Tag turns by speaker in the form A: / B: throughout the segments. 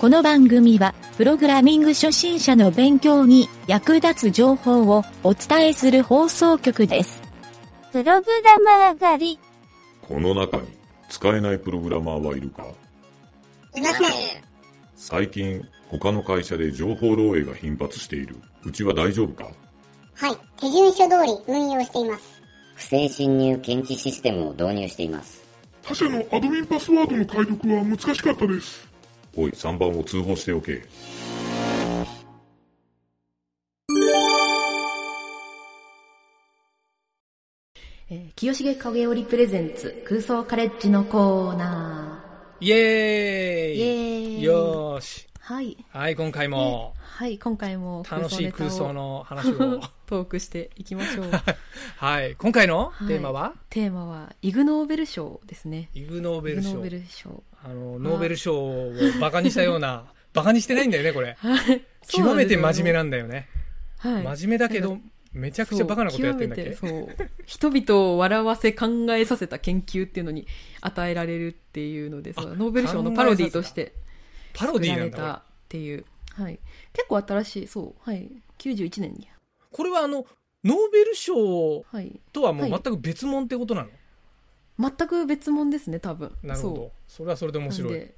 A: この番組は、プログラミング初心者の勉強に役立つ情報をお伝えする放送局です。
B: プログラマー狩り。
C: この中に使えないプログラマーはいるか
D: いません。
C: 最近他の会社で情報漏洩が頻発しているうちは大丈夫か
D: はい。手順書通り運用しています。
E: 不正侵入検知システムを導入しています。
F: 他社のアドミンパスワードの解読は難しかったです。
C: おい3番を通報しておけ
G: えー清重影織プレゼンツ空想カレッジのコーナ
H: イエー
G: ー。
H: イ
G: イエーイ
H: よーし。
G: はい。
H: はい、今回も
G: はい、今回も
H: 楽しい空想
G: ネ
H: の
G: タ
H: 話を
G: を。トークしていきましょう。
H: はい、今回の
G: はい
H: テーマは、
G: テーマは、イグノーベル賞ですね。
H: イグ・ノーベル
G: イ
H: 賞
G: グノー。ベル賞。
H: あの、ノーベル賞をバカにしたよう な、バカにしてないんだよね、これ。
G: はい
H: 極めて真面目
G: な
H: なんだよね。
G: んですよ、はい
H: 真面目だけ
G: な
H: ど、めちゃくちゃバカなことやってんだっけ
G: そう極めてそう人々を笑わせ考えさせた研究っていうのに与えられるっていうのでさ
H: あ
G: ノーベル賞のパロディーとして
H: パロディーなん
G: 作られた
H: だ、
G: っていう、はい、結構新しいそうはい91年に
H: これ。これはあの、ノーベル賞
G: はい
H: とはもう
G: はい
H: 全く別物ってことなの、
G: 全く別物ですね多分
H: なるほど。それはそれで
G: そう
H: 面白。
G: ないんで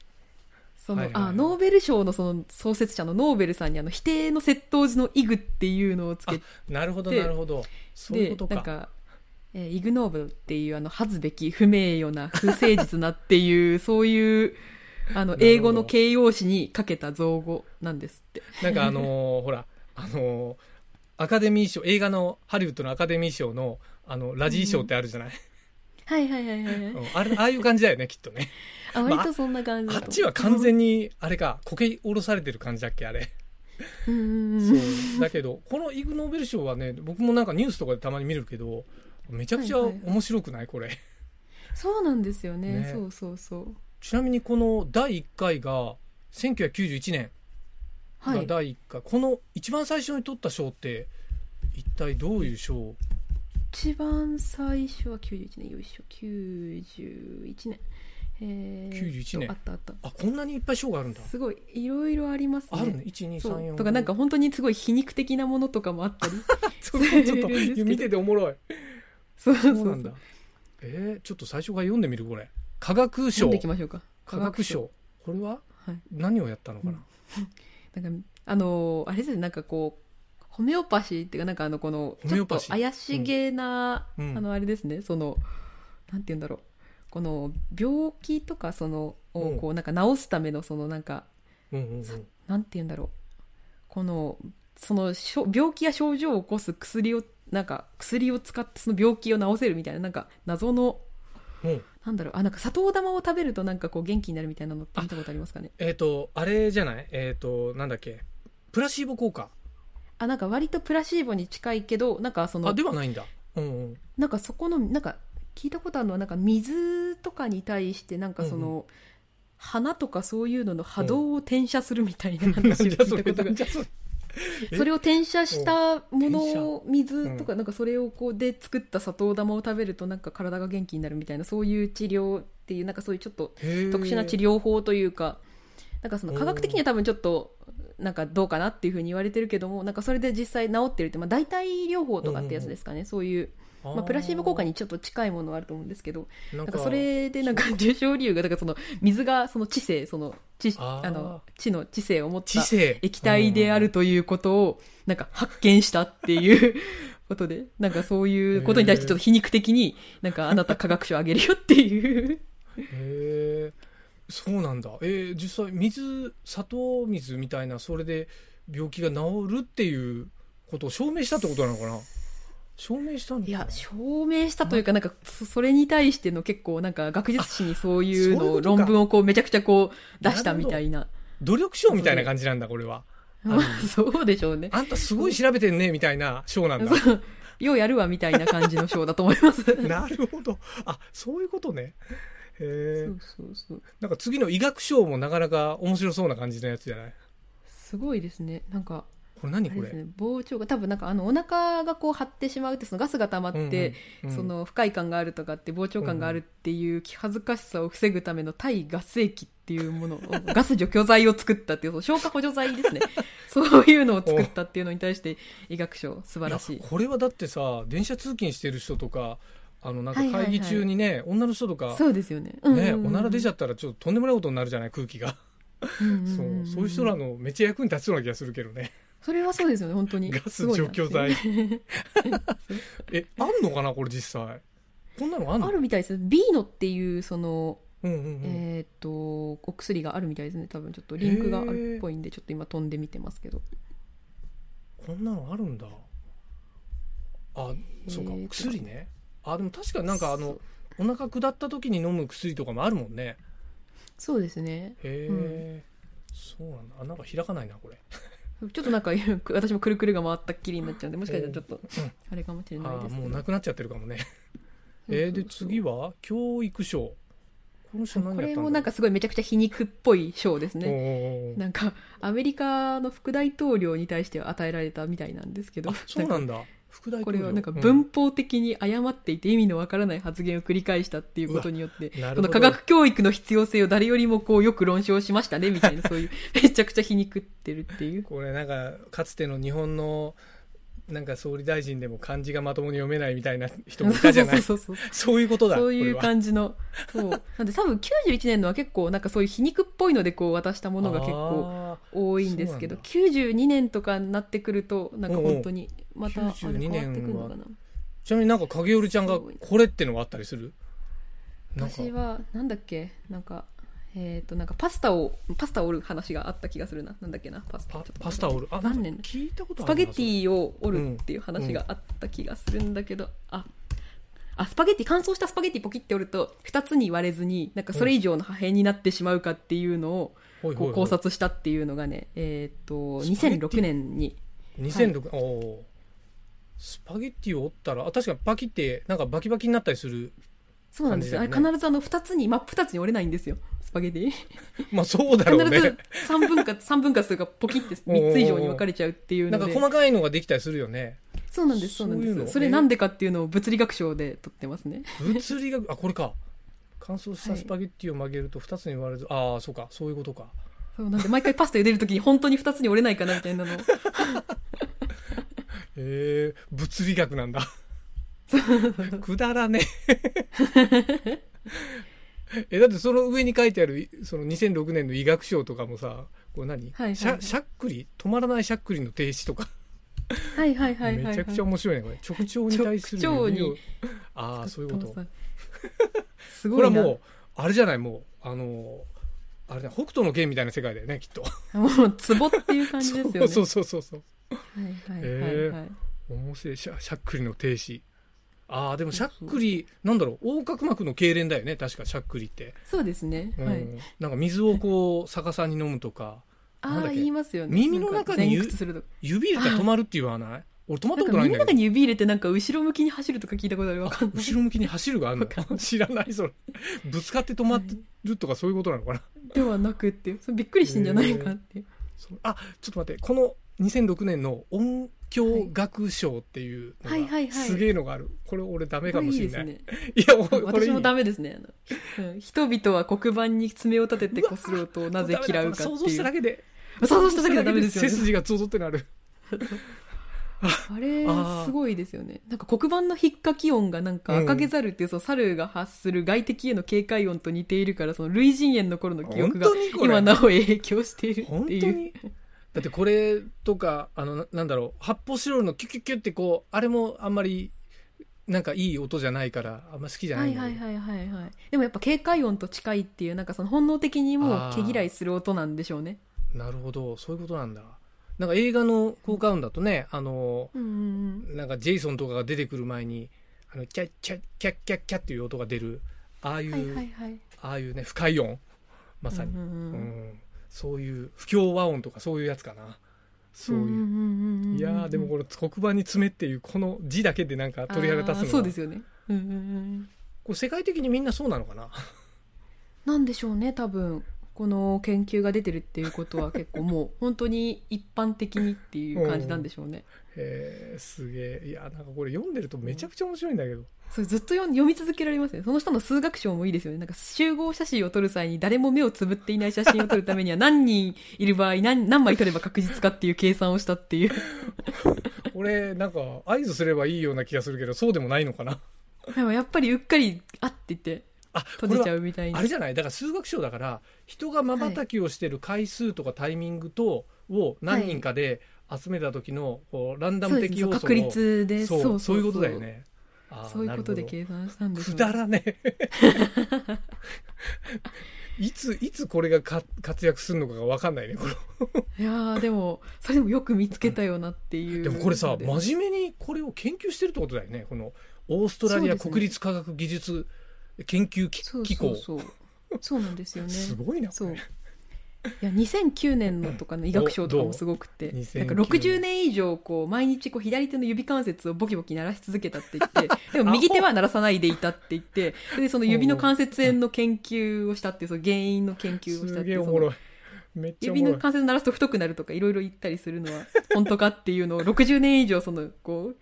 G: その、
H: はいはいはい
G: あノーベル賞のその創設者のノーベルさんにあの否定の窃盗時のイグっていうのをつけて
H: なるほど、
G: で
H: なるほど。そういう
G: で
H: こと
G: な
H: か。
G: んか、えーイグノーブルっていうあの恥ずべき不名誉な不誠実なっていうそういうあ
H: なるほ
G: の
H: ど
G: 英語の形容詞にかけた造語なんですって
H: なんかあのー ほら、あのーアカデミー賞、映画の、ハリウッドのアカデミー賞の、あの、ラジー賞ってあるじゃない、
G: はいはいはいはいはい、
H: うんあれああいう感じだよね、きっとね。
G: あ割とそんな感じ
H: あっ
G: だと
H: ちは完全に、あれか、こけ下ろされてる感じだっけ、あれ。
G: うんうんうん
H: そう。だけど、このイグ・ノーベル賞はね、僕もなんかニュースとかでたまに見るけど、めちゃくちゃ
G: はいはいはい
H: 面白くないこれ。
G: そうなんですよね
H: ね
G: そうそうそう
H: ちなみにこの第1回が、1991年
G: は
H: が
G: い
H: 第1回、この一番最初に取った賞って、一体どういう賞
G: 一番最初は91年よいしょ91年えーっと
H: 91年
G: あったあった
H: あ、こんなにいっぱい賞があるんだ。
G: すごいいろいろありますね
H: あるね、1、2、
G: そ
H: 3、4。
G: うとかなん か本当にすごい皮肉的なものとかもあった り
H: そこちょっ
G: そうですけ
H: と
G: ど
H: 見てておもろい。
G: そうそう
H: そう
G: そ
H: なんだ
G: う。
H: えー、ちょっと最初から読んでみるこれ。科学
G: 読
H: 賞
G: んでい。きましょうか
H: 科学賞。これは
G: はい
H: 何をやったのかな、
G: なんかあのーあれですねなんかこうホメオパシーっていうかなんかあのこの
H: ホ
G: ち
H: メ
G: ょっ
H: オパ
G: と
H: シー
G: 怪しげな、
H: うんうん
G: あのあれですねそのなんて言うんだろうこの病気とかそのをこうなんか治すためのそのなんか
H: うんうんうん。
G: なんて言うんだろうこのそのしょ病気や症状を起こす薬をなんか薬を使ってその病気を治せるみたいななんか謎の
H: うん
G: なんだろうあなんか砂糖玉を食べるとなんかこう元気になるみたいなのって見たことありますかね
H: えっ、と、あれじゃないえっ、と、なんだっけプラシーボ効果。
G: あなんか割とプラシーボに近いけどなんかそ
H: あ、
G: の
H: ではないんだ。うんうん。
G: なんかそこのなんか聞いたことあるのはなんか水とかに対してなんかその、
H: うん
G: 花とかそういうのの波動を転写するみた いな話を聞いたことが
H: じゃそれえ
G: それを転写したものを水とか
H: う
G: なんかそれをこうで作った砂糖玉を食べるとなんか体が元気になるみたいなそういう治療っていうなんかそういうちょっと特殊な治
H: 療。
G: 療法というかなんかその科学的には多分ちょっとなんかどうかなっていうふうに言われてるけどもなんかそれで実際治ってるって、まあ、代替療法とかってやつですかねそういう、まあ、プラシーボ効果にちょっと近いものはあると思うんですけど
H: あー、な
G: なんかそれでなんか 受賞理由がだからその水がその知性その知
H: あ
G: あ
H: ー
G: の知の知性を持った
H: 知性。
G: 液体であるということをなんか発見したっていう ことでなんかそういうことに対してちょっと皮肉的になんかあなた科学賞あげるよってい
H: うん
G: う
H: うん。へえ。そうなんだ。えー、実際、水、砂糖水みたいな、それで病気が治るっていうことを証明したってことなのかな証明したんだ。
G: いや証明したというかなんかそそれに対しての結構なんか学術誌にそういう
H: あそう
G: の
H: いう
G: を
H: ことか
G: 論文をこうめちゃくちゃこう出したみたいな
H: 努力賞みたいな感じなんだ、これは。
G: まあ そうでしょうね
H: あんたすごい調べてんね、みたいな賞なんだ。
G: そうようやるわみたいな感じの賞だと思います
H: なるほど。あ、そういうことね。へ
G: そ
H: え
G: う。そうそう
H: なんか次の医学賞もなかなか面白そうな感じのやつじゃない
G: すごいですねなんか
H: これ何
G: あれ
H: これ
G: ですね膨張が多分なんかあのお腹がこう張ってしまうってそのガスが溜まって、
H: うんうん
G: その不快感があるとかって膨張感があるっていう気恥ずかしさを防ぐための対ガス液ってっていう ものを、ガス除去剤を作ったっていう、そう消化補助剤ですね。そういうのを作ったっていうのに対して、医学賞、素晴ら
H: い
G: しい
H: や。これはだってさ電車通勤してる人とかあのなんか
G: はいはいはい
H: 会議中にね、女の人とか、
G: そうですよね。うんうん
H: ね、
G: うん
H: おなら出ちゃったらちょっととんでもないことになるじゃない空気が、
G: うんんん
H: そうそういう人らのめっちゃ役に立ちそうな気がするけどね
G: それはそうですよね、本当に。
H: ガ
G: す
H: ス
G: ごい
H: 除
G: なって
H: 去剤えあんのかなこれ実際こんなのあんの
G: あるみたいです。ビーノっていう、その、
H: うんうんうん、
G: えっ、と、お薬があるみたいですね。多分ちょっとリンクがあるっぽいんで、ちょっと今飛んでみてますけど。
H: こんなのあるんだあそうか
G: えーと
H: 薬ねあでも確かになんかあのお腹下った時に飲む薬とかもあるもんね
G: そうですね。
H: へえ、
G: う
H: そうなんだあなんか開かないなこれ
G: ちょっとなんか、私もくるくるが回ったっきりになっちゃうんで、もしかしたらちょっと
H: ん、
G: あれかもしれ
H: あ
G: ないで
H: ー
G: すけど。
H: もうなくなっちゃってるか もね
G: そうそう
H: えー、で次は教育賞この人何やっ
G: こ
H: たんだ
G: れ
H: ろう
G: もなんかすごいめちゃくちゃ皮肉っぽい賞ですね。
H: おーおーおー
G: なんか、アメリカの副大統領に対しては与えられたみたいなんですけど
H: あ、そうなん
G: か
H: だ副大
G: こ
H: 統領
G: れはなんか
H: うん
G: 文法的に誤っていて意味のわからない発言を繰り返したっていうことによって、
H: うわなるほ
G: こ
H: ど
G: の科学教育の必要性を誰よりもこうよく論証しましたねみたいな、そういうめちゃくちゃ皮肉ってるっていう。
H: これなんかかつての日本のなんか総理大臣でも漢字がまともに読めないみたいな人もいたじゃない
G: そうそうそうそう。
H: そういうことだ
G: そういう
H: これは
G: 感じの。そう。なんで多分91年のは結構なんかそういう皮肉っぽいのでこう渡したものが結構
H: あー
G: 多いんですけど
H: そ
G: 92年とかになってくるとなんか本当にまたあれ
H: 92
G: 変わってくるのか
H: 年
G: な
H: ちなみになんか影織ちゃんがこれってのがあったりするなんか
G: 私はなんだっけなんかえっ、となんかパスタをパスタを折る話があった気がするななんだっけなパスタ
H: パ
G: ちょっと
H: パスタを折るあ
G: 何年
H: なんか聞いたこと
G: ス
H: あ
G: パ
H: る
G: ゲ
H: な
G: ッティを折るっていう話があった気がするんだけど、ああスパゲッティ乾燥したスパゲッティポキって折ると2つに割れずになんかそれ以上の破片になってしまうかっていうのを
H: それほいほ
G: こ
H: いうほい
G: 考察したっていうのがねえっ、と
H: スパゲッティ
G: 2006年に
H: 2006、おおスパゲッティを折ったらあ確かにパキってなんかバキバキになったりする
G: そうなんですよ。あ
H: 感
G: れ
H: じだよね
G: 必ずあの2つに、真っ二つに折れないんですよ。スパゲティ。
H: まあそうだ
G: 必
H: ろうね
G: ず3分割、三分割というかポキって3つ以上に分かれちゃうっていう
H: なん
G: の
H: か
G: で。
H: 細かいのができたりするよね
G: そうなんです、そうなん
H: そういう
G: で
H: の
G: す。それなんでかっていうのを物理学賞で取ってますね。
H: 物理学あ これか乾燥し
G: は
H: たス
G: い
H: パゲッティを曲げると2つに割れず、ああそうかそういうことか
G: そうなんで毎回パスタ茹でるときに本当に2つに折れないかなみたい なのを。
H: へえ物理学 なんだくだらね ええだってその上に書いてあるその2006年の医学賞とかもさこれ何、
G: はいはい
H: しゃしゃっくり止まらないしゃっくりの停止とか
G: はいはいはいはい、はい。
H: めちゃくちゃ面白いねこれ直腸に対する
G: 直腸に
H: 指をああそういうこと
G: そ
H: こ
G: う そうすごい
H: れ
G: な。
H: はもうあれじゃないもうあのあれだ北斗の拳みたいな世界だよねきっと
G: もう、ツボっていう感じですよ ね。
H: そうそうそうそうそう
G: はいはいはいはい。
H: 面白いしゃしゃっくりの停止ああでもしゃっくりなんだろう横隔膜の痙攣だよね確かしゃっくりって、
G: そうですね。
H: うん
G: はい。
H: なんか水をこう逆さに飲むとかなん
G: あ
H: だっ
G: あ、
H: け
G: 言いますよね。
H: 耳の中に
G: 前
H: ゆ
G: 屈するとか
H: 指入れたら止まるって言わない俺止まっ
G: な
H: たこ
G: んか
H: とない
G: 耳
H: ん
G: の
H: だ
G: 中
H: けど
G: に指入れてなんか後ろ向きに走るとか聞いたことあるわかん ない。
H: 後ろ向きに走るがある
G: わかんな
H: の 知らないそれぶつかって止まってるとかそういうことなのかな
G: ではなくっていうそれびっくりしてんじゃないかっていう、
H: そうあちょっと待ってこの2006年の音響学賞っていうのが、
G: はいはいはいはい
H: すげえのがあるこれ俺ダメかもしれないい,、
G: こいいで
H: やおこ
G: すね
H: れ
G: 私
H: いい
G: もダメですねあの、うん人々は黒板に爪を立ててこする音をなぜ嫌うかっていう
H: 想像しただけで
G: 想像しただけでダメですよ
H: 背
G: ね
H: 筋がゾゾってなる
G: あれ
H: あー
G: すごいですよねなんか黒板の引っかき音がなんか
H: うん
G: 赤毛猿っていうその猿が発する外敵への警戒音と似ているからその類人猿の頃の記憶が
H: 本当にこれ
G: 今なお影響している
H: 本
G: っ
H: 当
G: ていう
H: にだってこれとかあのななんだろう発泡スチロールのキュキュキュってこうあれもあんまりなんかいい音じゃないからあんま好きじゃ
G: は
H: ないん
G: い
H: だけど
G: はいはいはいはいでもやっぱ警戒音と近いっていうなんかその本能的にもう毛嫌いする音なんでしょうね
H: なるほどそういうことなんだなんか映画の効果音だとねあの
G: うんうんうん
H: なんかジェイソンとかが出てくる前にあのキャッキャッキャッキャッキャッっていう音が出るああいう、
G: はいはいはい。
H: ああいうね不快音まさに、
G: うんうん
H: う
G: うんん
H: そういう不協和音とかそういうやつかなそういう,、
G: んんんうんうん
H: いやーでもこの黒板に爪っていうこの字だけでなんか鳥肌立つの
G: あーそうですすよね。うんうんうん。
H: これ世界的にみんなそうなのかな
G: なんでしょうね、多分。この研究が出てるっていうことは結構もう本当に一般的にっていう感じなんでしょうね。
H: えー、すげえいやなんかこれ読んでるとめちゃくちゃ面白いんだけど、
G: それずっと読ん読み続けられますね。その人の数学賞もいいですよね。なんか集合写真を撮る際に誰も目をつぶっていない写真を撮るためには何人いる場合何何枚撮れば確実かっていう計算をしたっていう。
H: 俺なんか合図すればいいような気がするけどそうでもないのかな
G: でもやっぱりうっかりあって言って
H: あ
G: 閉じちゃ
H: これは
G: うみたいな
H: あれ。じゃないだから数学賞だから人がまばたきをしてる回数とかタイミングとを何人かで集めた時のこうランダ
G: そう
H: ム
G: です
H: 的
G: ね
H: 要素を
G: 確率で
H: そうそういうことだよ。ねあー
G: そういうことで
H: なる
G: 計算したん
H: ほ
G: で
H: ど
G: す
H: くだらねえ いついつこれがか活躍するのかが分かんないねこれ
G: いやーでもそれでもよく見つけたよなっていう
H: でもこれさ
G: ジ
H: 真面目にこれを研究してるってことだよねこのオーストラリ
G: そ
H: ア
G: うですね
H: 国立科学技術研究機機構
G: そうそうそうそうなんで すよね
H: すごいなこ
G: そう
H: れ
G: いや2009年のとかの医学賞とかもすごくて
H: おどう
G: なんか
H: 2009
G: 60年以上こう毎日こう左手の指関節をボキボキ鳴らし続けたって言 ってでも右手は鳴らさないでいたって言ってそれでその指の関節炎の研究をしたっていうその原因の研究をした
H: す
G: って
H: げ
G: い
H: え
G: う
H: お
G: そ
H: も
G: の
H: ろいめっちゃお
G: 指
H: もろ
G: の
H: い
G: 関節鳴らすと太くなるとかいろいろ言ったりする のは本当かっていうのを60年以上そのこう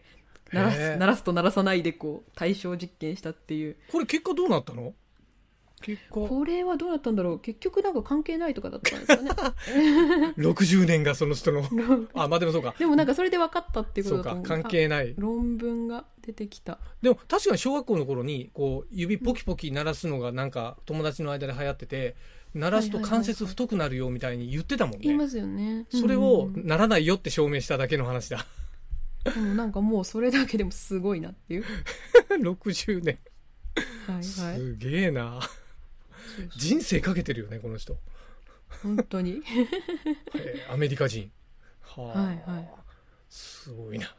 G: 鳴ら
H: へえ
G: す鳴らすと鳴らさないでこう対象実験したっていう
H: これ結果どうなったの結果
G: これはどうだったんだろう結局なんか関係ないとかだったんです かね
H: 60年がその人のあまあでもそうか
G: でもなん かそれで分かったっていう
H: そ
G: こと
H: う
G: だと
H: か
G: 思う
H: 関係ない
G: あ論文が出てきた
H: でも確かに小学校の頃にこう指ポキポキ鳴らすのがなんか友達の間で流行ってて鳴らすと関節太くなるよみたいに言ってたもん
G: 言
H: ね
G: いますよね
H: それ
G: う
H: を
G: んうん
H: ならないよって証明しただけの話だ
G: うんでもなんかもうそれだけでもすごいなっ ていう
H: 60年
G: はいはい
H: すげえな
G: そうそう
H: 人生かけてるよねこの人、
G: 本 当に
H: えーアメリカ人はあ、
G: はいはい
H: すごいな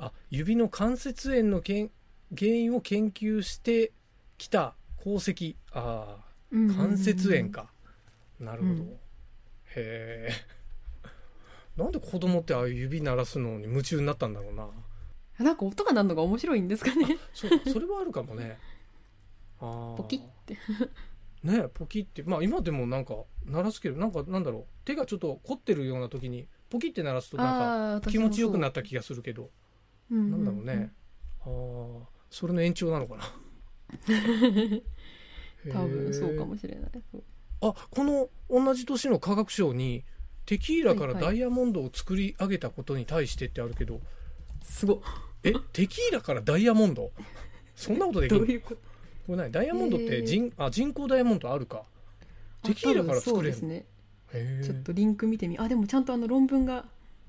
H: あ指の関節炎のけん原因を研究してきた功績ああ関節炎か、なるほど、
G: うん
H: へえなんで子供ってああいう指鳴らすのに夢中になったんだろうな
G: なんか音が鳴るのが面白いんですかね
H: そうかそれはあるかもねあー
G: ポキって
H: ねえポキってまあ今でもなんか鳴らすけどなんかなんだろう手がちょっと凝ってるような時にポキって鳴らすとなんか
G: あー
H: 気持ちよくな
G: っ
H: った気がするけど
G: た、な
H: なんだろうね、ああそれの延長なのかなへ
G: 多
H: え
G: 分そうかもしれないそう
H: あこの同じ年の科学賞にテキーラから
G: はいは
H: ダ
G: い
H: イヤモンドを作り上げたことに対してってあるけど、
G: すごい
H: え テキーラからダイヤモンドそんなことでき
G: どう
H: る
G: いうこと
H: これ何ダイヤモンドっ
G: へ
H: て
G: ー
H: 人,、あ人工ダイヤモンドあるか
G: あ
H: テキーラから
G: 多分そ
H: 作
G: う
H: れ
G: で
H: る
G: すね
H: へー
G: ちょっとリンク見てみあでもちゃんとあの論文が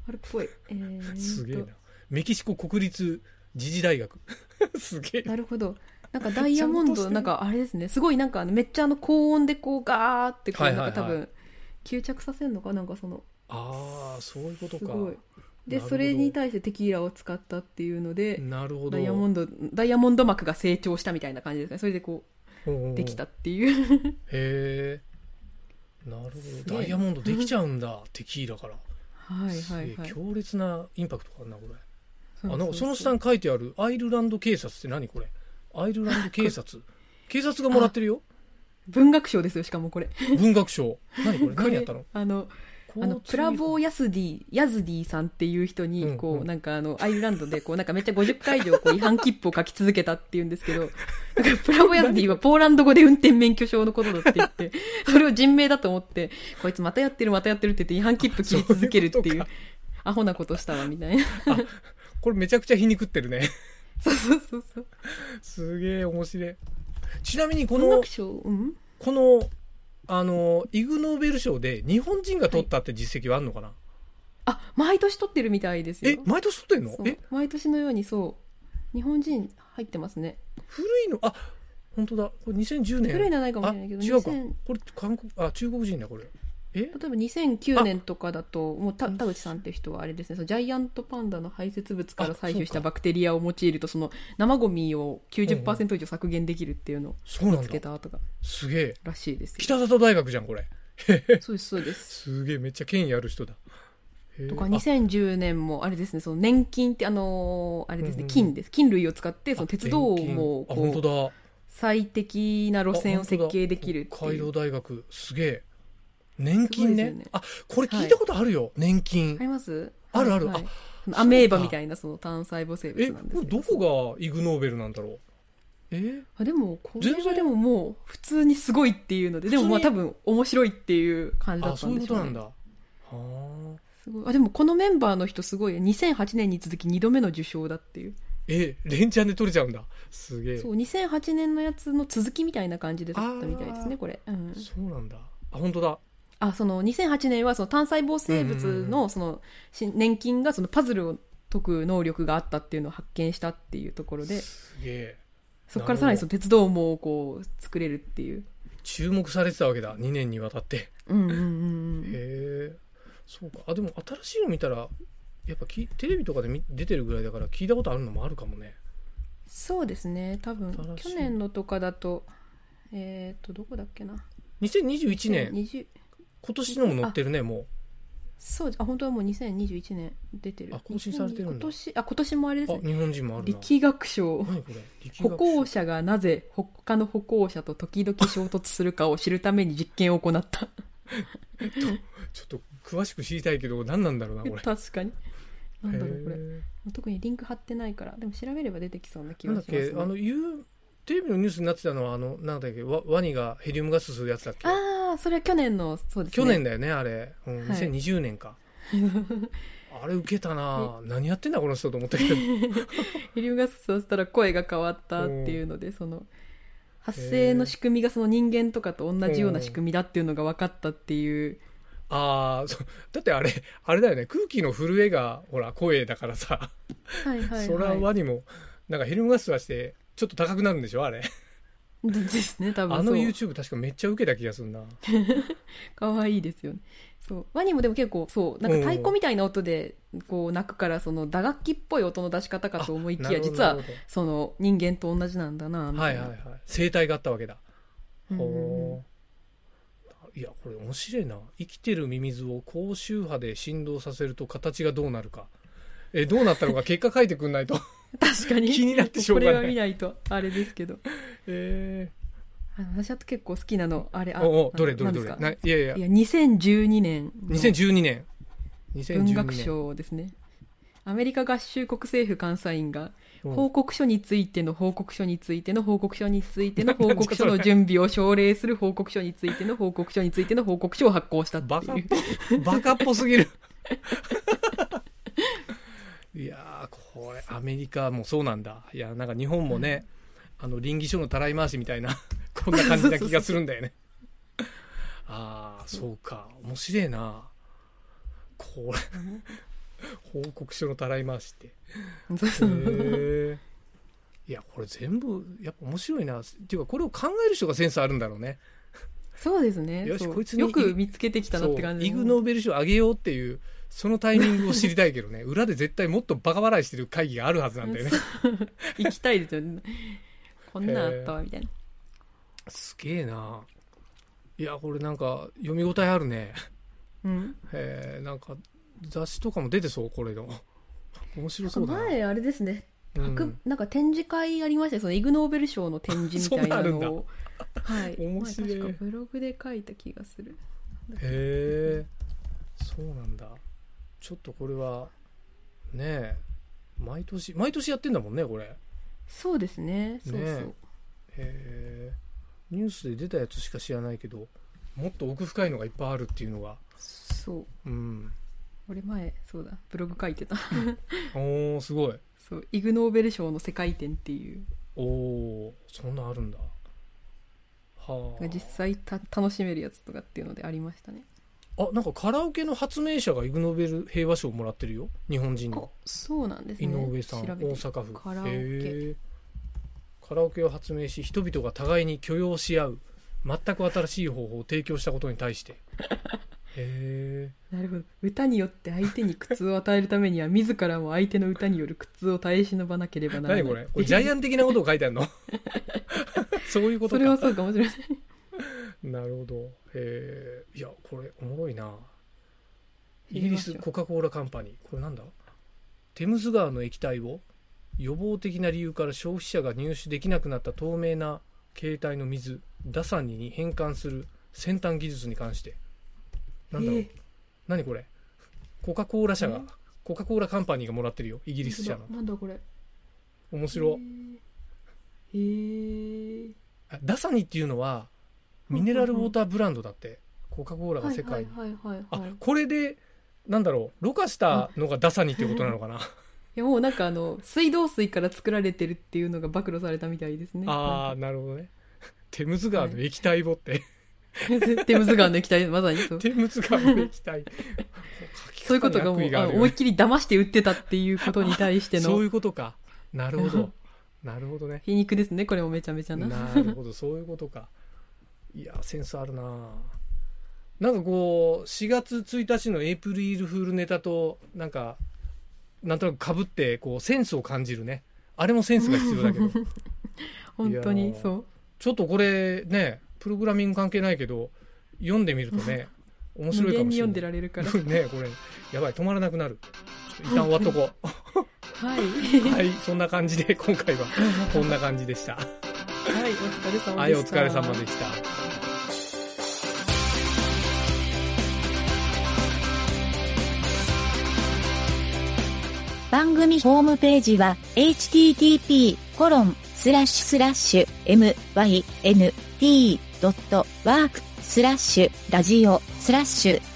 G: あるっぽい、えーっと
H: すげえなメキシコ国立自治大学 すげえ
G: なるほどなんかダイヤモン
H: ちゃんとして
G: ド
H: る
G: なんかあれですねすごいなんかあのめっちゃあの高温でこうガーってこう
H: は
G: ないん
H: はいはい
G: か多分吸着させるのかなんかその
H: ああそういうこと
G: す
H: か
G: ごい
H: な
G: で
H: るほど
G: それに対してテキーラを使ったっていうので
H: なるほど
G: ダイヤモンドダイヤモンド膜が成長したみたいな感じですねそれでこ
H: ほう
G: うできたっていう
H: へえなるほ
G: すげ
H: ど
G: え
H: ダイヤモンドできちゃうんだテキーラから
G: はい
H: す
G: は
H: げ
G: い
H: え
G: はい
H: 強烈なインパクトがあるなこれ
G: う
H: あ
G: う
H: なんかその下に書いてあるアイルランド警察って何これアイルランド警察警察がもらってるよ
G: 文学賞ですよしかもこれ
H: 文学賞何これ何やったの
G: あのあのプラボー・ヤスディヤズディさんっていう人
H: う
G: に
H: ん
G: こう、
H: うん
G: なんかあのアイルランドでこうなんかめっちゃ50回以上こう違反切符を書き続けたっていうんで すけどなんかプラボー・ヤスディはポーランド語で運転免許証のことだって言ってそれを人命だと思ってこいつまたやってるまたやってるって言って違反切符切り続けるって
H: そう
G: い
H: いう
G: う
H: こ
G: アホなことしたわみ たいな
H: これめちゃくちゃ皮肉ってるね
G: そうそうそうそう
H: すげえ面白いちなみにこ
G: 文
H: の
G: 学賞うん
H: このあのイグ・ノーベル賞で日本人が取ったって実績はあるのかな、
G: あ毎年撮ってるみたいです
H: え
G: よ
H: 毎年取ってんの
G: そう
H: え
G: 毎年のようにそう日本人入ってますね
H: 古いのあ本当だこれ2010年
G: 古いのはないかもしれないけど
H: あ違うか
G: 2000
H: これ韓国あ中国人だこれえ
G: 例えば2009年とかだともうた田口さんって人はあれですねそのジャイアントパンダの排泄物から採
H: あ
G: 取し
H: そうか
G: たバクテリアを用いるとその生ゴミを90%以上削減できるっていうのを
H: そうなん
G: つけ
H: だ
G: たとから
H: すげえ
G: らしいですよ
H: 北里大学じゃんこれ
G: そうですそうです
H: すげえめっちゃ権威ある人だへえ
G: とか
H: あ
G: 2010年もあれですねその年金ってあのーあれで
H: うん
G: す
H: う
G: ね
H: ん
G: 金です菌類を使ってその鉄道
H: あ
G: を
H: 遠近
G: もう
H: あ本
G: こう
H: 当だ
G: 最適な路線を設計できるって
H: 北海
G: い
H: 道
G: う。
H: 大学すげえ年金
G: すごい
H: ね
G: ですよね
H: あこれ聞いたことあるよ、年金
G: あります
H: あるある
G: はいはい
H: あ
G: そのアメーバみたいなその単細胞生
H: え
G: 物
H: こ
G: なんで
H: れ
G: すけ
H: ど
G: ど
H: こがイグ・ノーベルなんだろうえ
G: あでもこれ
H: 全
G: は
H: 然
G: でももう普通にすごいっていうのででもまあ
H: 普
G: 多
H: 通に
G: 分面白いっていう感じだ
H: あ
G: った
H: そうい
G: ん
H: う
G: で
H: こ
G: しょ
H: と
G: う
H: な
G: ね
H: んだはあ
G: すごいあでもこのメンバーの人すごい2008年に続き2度目の受賞だっていう
H: え連チャンで取れちゃうんだすげえ
G: そう2008年のやつの続きみたいな感じでだったみたいです
H: あ
G: ね
H: ー
G: これ、うん、
H: そうなんだあ本当だ
G: あその2008年はその単細胞生
H: う
G: 物
H: んうん
G: のそのし年金がそのパズルを解く能力があったっていうのを発見したっていうところです
H: げえ
G: そこからさらにその鉄道網をこう作れるっていう
H: 注目されてたわけだ2年にわたって
G: うんうんうんうん
H: へえそうかあでも新しいの見たらやっぱきテレビとかで見出てるぐらいだから聞いたことあるのもあるかもね
G: そうですね多分
H: 新しい
G: 去年のとかだとえっ、とどこだっけな
H: 2021年
G: 20
H: 今年のも載ってるねも
G: そうあ本当はもう2021年出てる
H: あ更新されてるんだ
G: 今年あ今年もあれで
H: う
G: す
H: あ
G: ね
H: 日本人もあるな
G: 力学賞
H: 何これ力
G: 歩
H: 学
G: 行者がなぜ他の歩行者と時々衝突するかを知るために実験を行った
H: ちょっと詳しく知りたいけど何なんだろうなこれ
G: 確かになんだろうこ
H: へ
G: れ
H: え
G: 特にリンク貼ってないからでも調べれば出てきそうな気
H: なん
G: が
H: だっ
G: します、
H: け
G: ね、
H: あのゆうテレビのニュースになってたのはあのなんだっけワワニがヘリウムガス吸うやつだっけ
G: あーそれは去年のそうですね
H: 去年だよねあれ、うん、
G: はい
H: 2020年 か、あれウケたな何やってんだこの人と思ったけど
G: ヘリウムガスそうしたら声が変わったっていうのでその発生の仕組みがその人間とかと同じような仕組みだっていうのが分かったっていう
H: ああだってあれあれだよね空気の震えがほら声だからさ、
G: はいはいはい
H: それはワニもなんかヘリウムガス出してちょっと高くなるんでしょあれ
G: ですね多分
H: あの
G: そう
H: YouTube 確かめっちゃウケた気がするな
G: 可愛いですよねそうワニもでも結構そうなんか太鼓みたいな音でこう鳴くからその打楽器っぽい音の出し方かと思いきや
H: あなるほど
G: 実は
H: なるほど
G: その人間と同じなんだなみ
H: は
G: たい
H: い
G: な、
H: はいはい生態があったわけだ
G: うんうんうん
H: ほういやこれ面白いな生きてるミミズを高周波で振動させると形がどうなるかえどうなったの か結果書いてくんないと
G: 確かに
H: 気になってしょうがない
G: これは見ないとあれですけど
H: え
G: あの私は結構好きなのあれ
H: ー、
G: あ
H: おお
G: あ
H: どれどれ
G: なん
H: ど
G: です
H: れ
G: か
H: ないやいや
G: いや2012年の
H: 2012年2012
G: 文学
H: 年
G: 賞ですねアメリカ合衆国政府監査院が
H: うん
G: 報告書についての報告書についての報告書につ いての報告書の準備を奨励する報告書についての報告書についての報告書を発行したって
H: バカっ
G: いう
H: ぽバカっぽすぎるいやーこれアメリカもそうなんだいやなんか日本もね、あの倫理書のたらい回しみたいな こんな感じな気がするんだよねああそうか面白いなこれ報告書のたらい回しって
G: そうそう
H: へえいやこれ全部やっぱ面白いなっていうかこれを考える人がセンスあるんだろうね
G: そうですね
H: よし
G: そう
H: こいつに
G: よく見つけてきたな
H: そ
G: っ
H: う
G: て感じ
H: イグ・ノーベル賞あげようっていうそのタイミングを知りたいけど ね裏で絶対もっとバカ笑いしてる会議があるはずなんだよね
G: 行きたいですよねこんなんあったわみたいな
H: すげえないやこれなんか読み応えあるね
G: うん
H: えーなんか雑誌とかも出てそうこれの 面白そうだな
G: 前あれですね
H: うん
G: 博なんか展示会ありましたよそのイグ・ノーベル賞の展示みたいな
H: そんな
G: の
H: の
G: をはい
H: 面白い
G: 前確かブログで書いた気がする
H: へえそうなんだちょっとこれはねえ毎年毎年やってんだもんねこれへ
G: そうですねそうそう、
H: ねえニュースで出たやつしか知らないけどもっと奥深いのがいっぱいあるっていうのが
G: そう
H: うん
G: 俺前そうだブログ書いてた
H: おーすごい
G: そうイグ・ノーベル賞の世界展っていう
H: おおそんなんあるんだは
G: 実際た楽しめるやつとかっていうのでありましたね
H: ああなんかカラオケの発明者がイグ・ノーベル平和賞をもらってるよ日本人
G: あ
H: の
G: そうなんです
H: 井
G: ね
H: 上さん、
G: 調
H: 大
G: べて
H: 阪府
G: カラオケ
H: へーカラオケを発明し人々が互いに許容し合う全く新しい方法を提供したことに対してへ
G: なるほど歌によって相手に苦痛を与えるためには自らも相手の歌による苦痛を耐え忍ばなければ
H: え
G: ならな
H: 何
G: い
H: これこれジャイアン的なことを書いてあるの そういうこと
G: そ
H: か
G: れはそうかもしれない
H: なるほどへえいやこれおもろいなイ
G: 平和賞
H: ギリスコカ・コーラカンパニーこれなんだテムズ川の液体を予防的な理由から消費者が入手できなくなった透明な携帯の水ダサニに変換する先端技術に関してなんだろう、何これコカ・コーラ社がコカ・コーラカンパニーがもらってるよイギリス社の
G: なんだこれ
H: 面白
G: へえ
H: あダサニっていうのはミネラルウォーターブランドだってコカ・コーラが世界に
G: はいはいはい
H: あ
G: はい、はい、い
H: これでなんだろうろ過したのがダサニっていうことなのかな
G: やもうなんかあの水道水から作られてるっていうのが暴露されたみたいですね
H: ああなるほどねテムズ川の液体をって
G: あ テムズ川の液体ま さにそう
H: テムズ川の液体
G: そういうことがもう
H: 書き方に悪意あ
G: あ
H: るよね
G: 思いっきり騙して売ってたっていうことに対して
H: そうい
G: の
H: うことかなるほどなるほどね
G: 皮肉ですねこれもめちゃめちゃな
H: なるほどそういうことかいやセンスあるななんかこう4月1日のエイプリルフールネタとなんかなんとなくかぶってこうセンスを感じるねあれもセンスが必要だけど
G: 本当
H: い
G: に
H: やー
G: そう
H: ちょっとこれねプログラミング関係ないけど読んでみるとね面
G: 無
H: 白いか
G: 限
H: も
G: に
H: しれ
G: 読ん
H: な
G: で
H: い
G: られるから
H: ねこれやばい止まらなくなるちょっと一旦終わっとこ う
G: はい
H: はいそんな感じで今回はこんな感じでした
G: はいお疲れ様でした
H: はいお疲れ様でした
A: 番組ホームページは http コロンスラッシュスラッシュ mynt.work スラッシュラジオスラッシュ